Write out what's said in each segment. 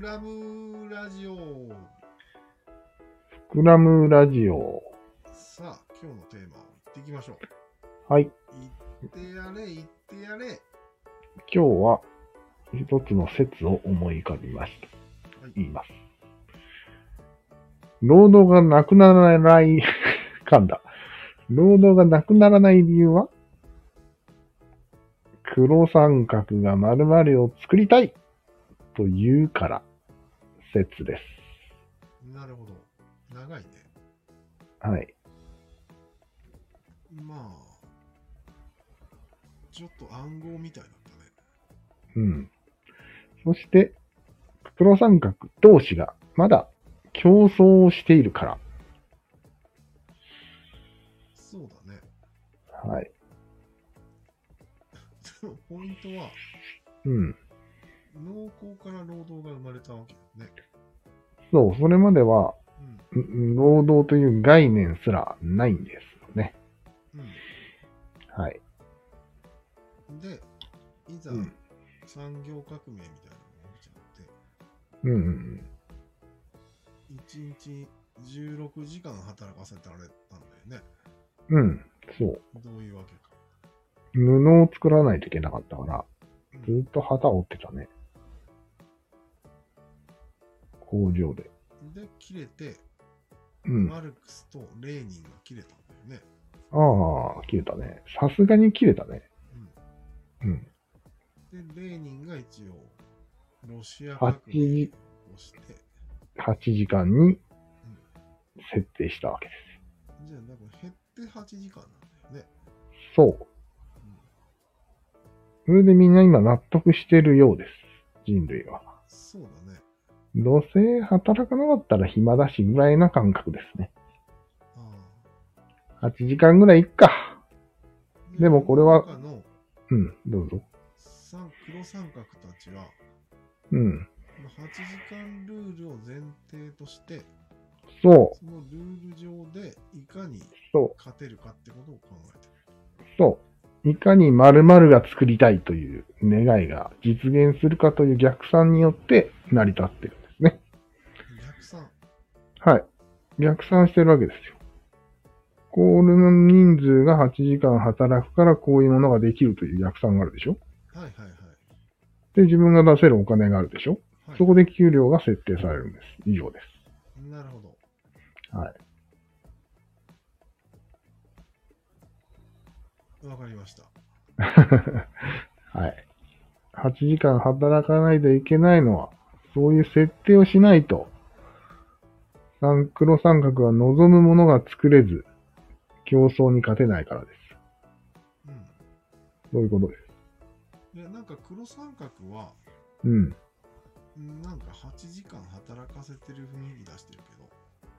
ラムラジオ。スクラムラジオ。さあ、今日のテーマを言っていきましょう。はい。言ってやれ、言ってやれ。今日は一つの説を思い浮かびました。はい言います。労働がなくならない、 噛んだ。労働がなくならない理由は黒三角が〇〇を作りたいというから説です。なるほど。長いね。はい。まあ、ちょっと暗号みたいだったね。うん。そして、黒三角同士がまだ競争をしているから。そうだね。 はい。でもポイントは、うん。農耕から労働が生まれたわけだね。そう、それまでは、うん。ん労働という概念すらないんですよね。はい。うん。で、いざ、うん産業革命みたいなのが起きちゃって、うんうんうん。 1日16時間働かせたられたんだよね。うん、そう。どういうわけか。布を作らないといけなかったから、うんずっと旗を折ってたね。工場で。で、切れて、うん。あマルクスとレーニンが切れたんだよね。あ、切れたね。さすがに切れたね。うん。うん、で、レーニンが一応、ロシア8革命時、をして、 8時間に設定したわけでじゃあ、だから減って8時間なんだよね。す。そう。それでみんな今納得してるようです。人類は。そうだね。どうせ働かなかったら暇だしぐらいな感覚ですね。ああ8時間ぐらいいっか。でもこれは世の中のうん、どうぞ。三黒三角たちは、うん。まあ8時間ルールを前提として、そう、そのルール上でいかにそ勝てるかってことを考えてる。う、そう。いかに〇〇が作りたいという願いが実現するかという逆算によって成り立ってるんですね。逆算。はい。逆算してるわけですよ。コールの人数が8時間働くからこういうものができるという逆算があるでしょはいはいはい。で、自分が出せるお金があるでしょはい、そこで給料が設定されるんです。以上です。なるほど。。はいわかりました。 はい。8時間働かないといけないのは、そういう設定をしないと、三黒三角は望むものが作れず、競争に勝てないからです。うん。そういうことです。で、なんか黒三角は、うん。んなんか8時間働かせてる雰囲気出してるけど、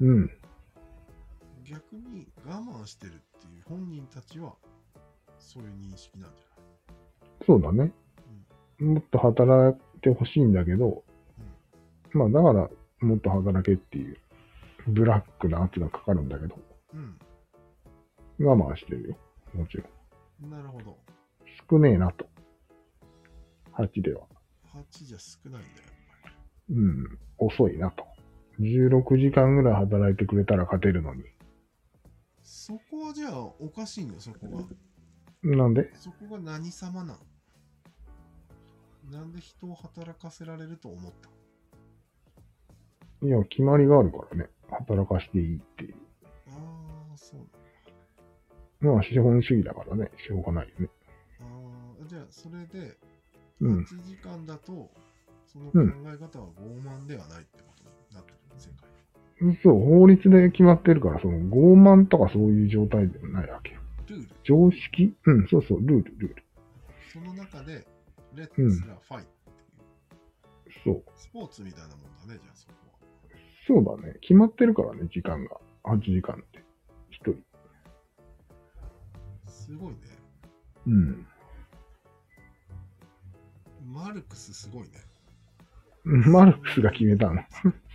うん。逆に我慢してるっていう本人たちは、そういう認識なんじゃないそうだね。もっと働いてほしいんだけど、まあだから、もっと働けっていう、ブラックな圧がかかるんだけど、うん。我慢してるよ。もちろん。うん。なるほど。少ねえなと。8では。 8じゃ少ないんだよ、やっぱり。うん、遅いなと。16時間ぐらい働いてくれたら勝てるのに。そこはじゃあおかしいのよ、そこは。なんでそこが何様なんなんで人を働かせられると思ったいや、決まりがあるからね。働かしていいっていう。ああ、そうまあ、資本主義だからね。しょうがないよね。ああー、じゃあそれでうん8。時間だと、その考うんえ方は傲慢ではないってことになってる、世界。そう、法律で決まってるから、その傲慢とかそういう状態ではないわけよ。ルール、常識うん、そうそう、ルール、ルール。その中で、レッツラファイト、そう。スポーツみたいなもんだね、じゃあそこは。そうだね。決まってるからね、時間が。8時間って。1人。すごいね。うん。マルクスすごいね。 マルクスが決めたの。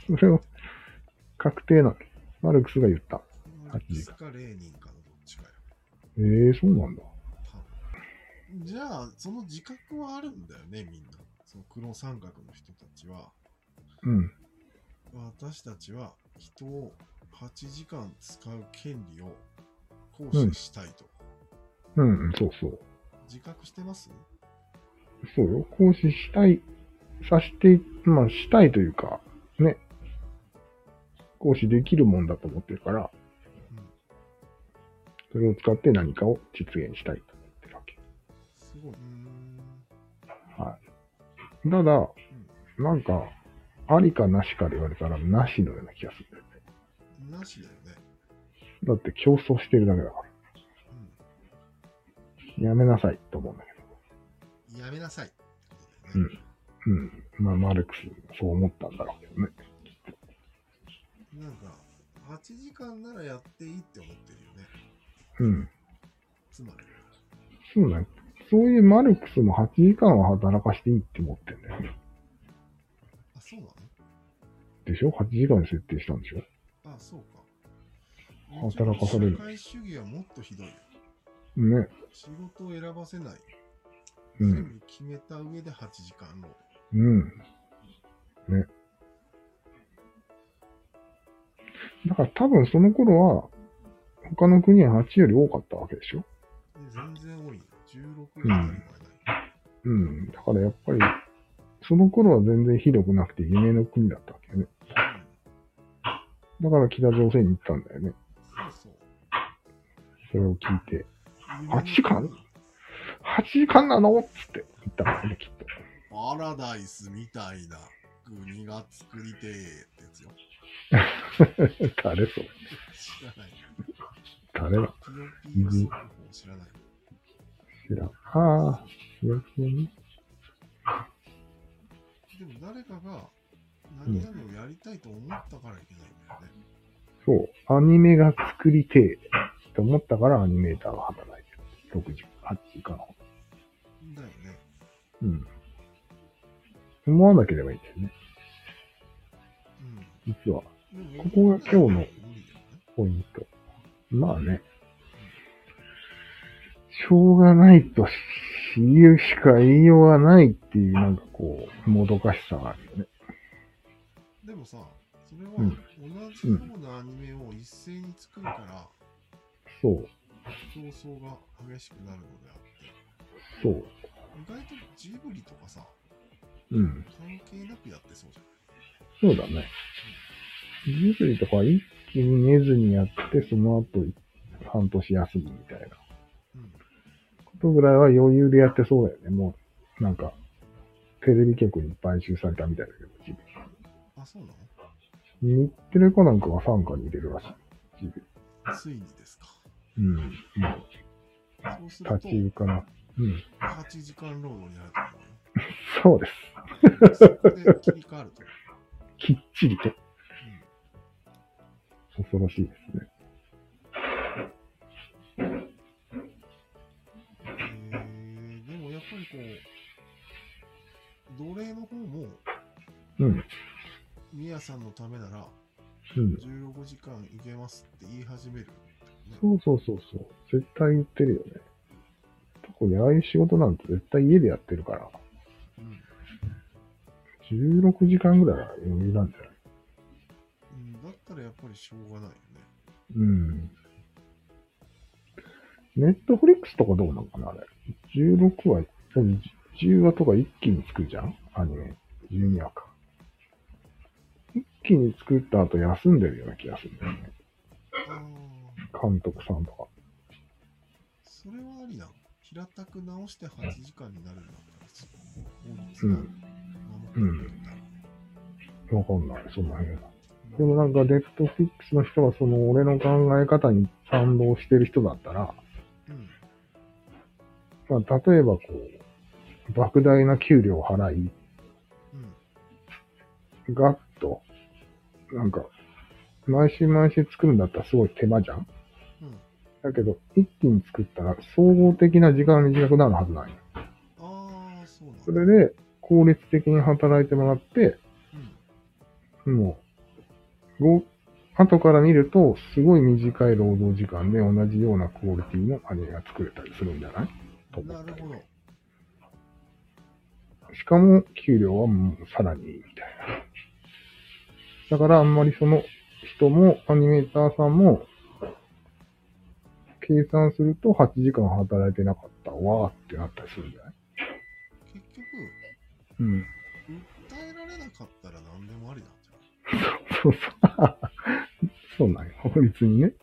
それを、確定なの。マルクスが言った。マルクスかレーニンかのどっちかよ。ええそうなんだ。多分じゃあ、その自覚はあるんだよね、みんな。その黒三角の人たちは。うん。私たちは人を8時間使う権利を行使したいと。うん、そうそう。自覚してますそうよ。行使したい、さして、まあ、したいというか、ね。行使できるもんだと思ってるから、うん。それを使って何かを実現したいと思ってるわけ。すごい。うーん。ただ、なんか、ありかなしかで言われたら、なしのような気がするんだよね。なしだよね。だって競争してるだけだから。やめなさいと思うんだけうん。やめなさい。うんど。うん。まあ、マルクス、そう思ったんだろうけどね。なんか、8時間ならやっていいって思ってるよね。うん。つまり。そうだね。そういうマルクスも8時間は働かしていいって思ってんだよね。あ、そうなのでしょ ?8 時間に設定したんでしょあ、そうか。働かされる社会主義はもっとひどいよ。ね。仕事を選ばせない。うん全部決めた上で8時間の。うん。ね。だから多分その頃は、他の国は8より多かったわけでしょで全然多いよ。16が当たり前うん。だからやっぱり、その頃は全然ひどくなくて夢の国だったわけよね。ない。だから北朝鮮に行ったんだよね。うん、そうそう。それを聞いて。夢の8時間国8時間なのっつって言ったんだよね、きっと。パラダイスみたいな国が作りてえってやつよ。 誰それ知らない。誰だピヨピヨ速報知らない。知らん。ああ、よくね。でも誰かが何々をやりたいと思ったからいけないんだよね。そう。アニメが作りてえって思ったからアニメーターが働いてる。6時、8時間。だよね。うん。思わなければいいんだよね。う実は、ん。でもここが今日の無理だよねポイント。まあね。しょうがないとし言うしか言いようがないっていう、なんかこう、もどかしさがあるよね。でもさ、それはうん同じようなアニメを一斉に作るから、そう、競争が激しくなるのであって、そう。意外とジブリとかさ、うん。関係なくやってそうじゃん。そうだね。ジブリとかは一気に寝ずにやって、その後半年休みみたいなうん。ことぐらいは余裕でやってそうだよね。もう、なんか、テレビ局に買収されたみたいだけど、ジあ、そうなのブリ。日テレかなんかが傘下に入れるらしい。ジブついにですか。リ。うん。もそうするう、立とち、行かな。うん。 8時間労働になるそうです。と思うよ。そこで切り替わると。きっちりと。恐ろしいですね。えー、でもやっぱりこう、奴隷の方も、うん。ミヤさんのためならうん。 16時間いけますって言い始める。そうそうそうそう。絶対言ってるよね。特にああいう仕事なんて絶対家でやってるから。うん。 16時間ぐらいは余裕なんじゃないうん、だったらやっぱりしょうがないよね。うん。ネットフリックスとかどうなのかなあれ。16話、何10話とか一気に作るじゃんアニメ。12話か。一気に作った後休んでるような気がするんだよね。ああ、監督さんとか。それはありなの。平たく直して8時間になるんだったらその法う律がん。守ってくれるんだろわかんない。そんなに。うでもなんか、ネットフリックスの人はその俺の考え方に賛同してる人だったら、うん。まあ、例えばこう、莫大な給料を払い、うん。ガッと、なんか、毎週毎週作るんだったらすごい手間じゃんうん。だけど、一気に作ったら総合的な時間が短くなるはずない。ああ、そうなんだ。それで、効率的に働いてもらって、うん。もう、ご、後から見ると、すごい短い労働時間で同じようなクオリティのアニメが作れたりするんじゃないなるほど。しかも、給料はもうさらにいいみたいだからあんまりその人も、アニメーターさんも、計算すると8時間働いてなかったわーってなったりするんじゃない結局、うん。訴えられなかったら何でもありなんじゃそうそう。そうなんよ。法律にね。ない、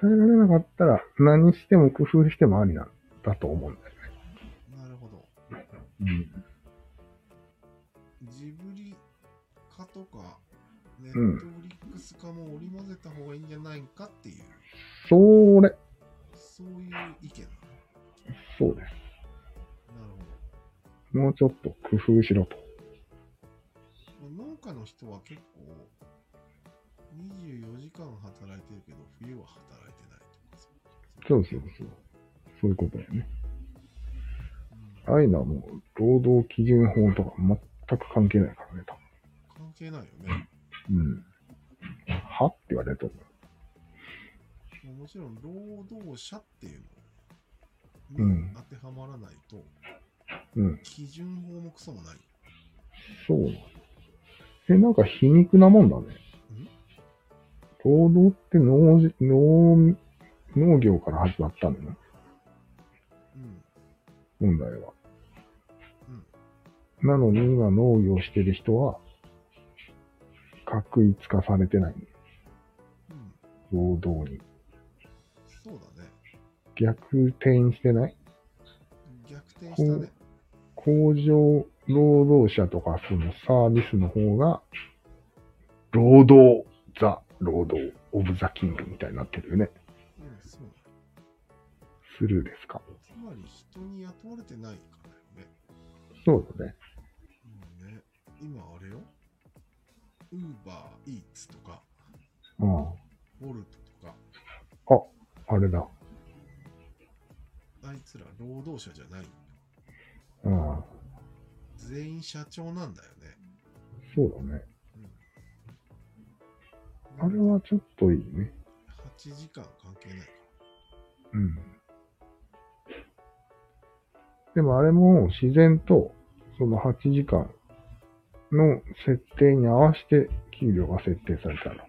耐えられなかったら何しても工夫してもありなんだと思うんだようん、なるほど。ね。ジブリ化とか、ネットんフリックス化も織り交ぜた方がいいんじゃないかっていう、うん。それ。そういう意見なそのうです。なるもうちょっと工夫しろと。ほど。農家の人は結構、24時間働いてるけど、冬は働いてないとかさそうそうそう。そういうことだよね。うんああいうのはもう労働基準法とか全く関係ないからね、多関係ないよね。分。うん。はって言われると思う。もうもちろん、労働者っていううのにん当てはまらないと、うん。基準法もクソもない。そうなんだ。え、なんか皮肉なもんだね。労働って農事農農業から始まったんだね、うん。問題は。なのに今農業してる人は、確一化されてない。うん。労働に。そうだね。逆転してない逆転したね。工場労働者とかそのサービスの方が、労働、ザ、労働、オブザキングみたいになってるよね。うん、そうだ。スルーですかつまり人に雇われてないからよね。そうだね。もうね、今あれよ。ウーバーイーツとか、うボルトとか、ん。あれだ。あいつら労働者じゃない。うん。全員社長なんだよね。そうだね。うん、あれはちょっといいね。 8時間関係ないかうん。でもあれも自然と、その8時間の設定に合わせて給料が設定されたわけ。ら。あ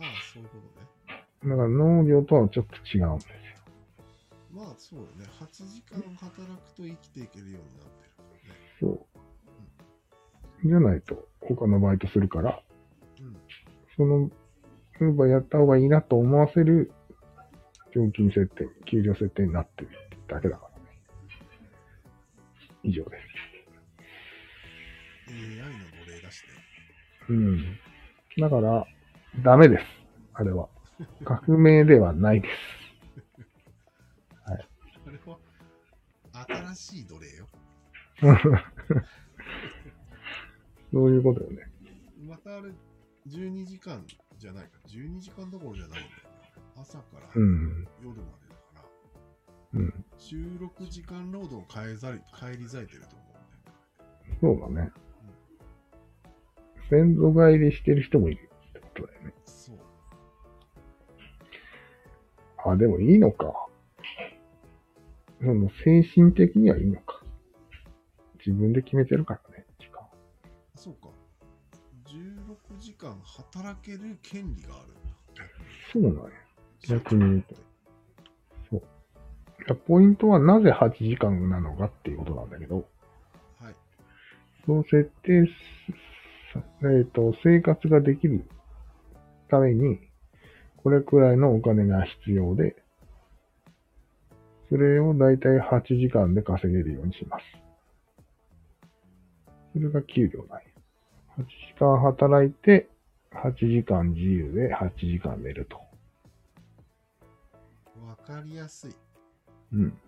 あ、そういうことね。だから農業とはちょっと違うんですよ。まあそうだね。8時間働くと生きていけるようになってるからね。そう。じゃないと、他のバイトするから、うん。その、ウーバーやった方がいいなと思わせる、料金設定、給料設定になってるだけだからね。以上で AI の奴隷だしね。す。うん。だから、ダメです。あれは。革命ではないです。あれは新しい奴隷よ。そういうことよね。またあれ、12時間じゃないか。12時間どころじゃないんだよな。朝からう夜ん。までだから、うん。 16時間労働を返ざり返り咲いてると思うんだよ。そうだね。先祖返りしてる人もいるってことだよね。そう。あ、でもいいのか。その精神的にはいいのか。自分で決めてるからね、時間。そうか。16時間働ける権利があるんだ。そうなんや。逆に言うと社長っていやポイントはなぜ8時間なのかっていうことなんだけど、はい。その設定す、えっ、と、生活ができるために、これくらいのお金が必要で、それをだいたい8時間で稼げるようにします。それが給料なんや。8時間働いて、8時間自由で8時間寝ると。わかりやすい。うん。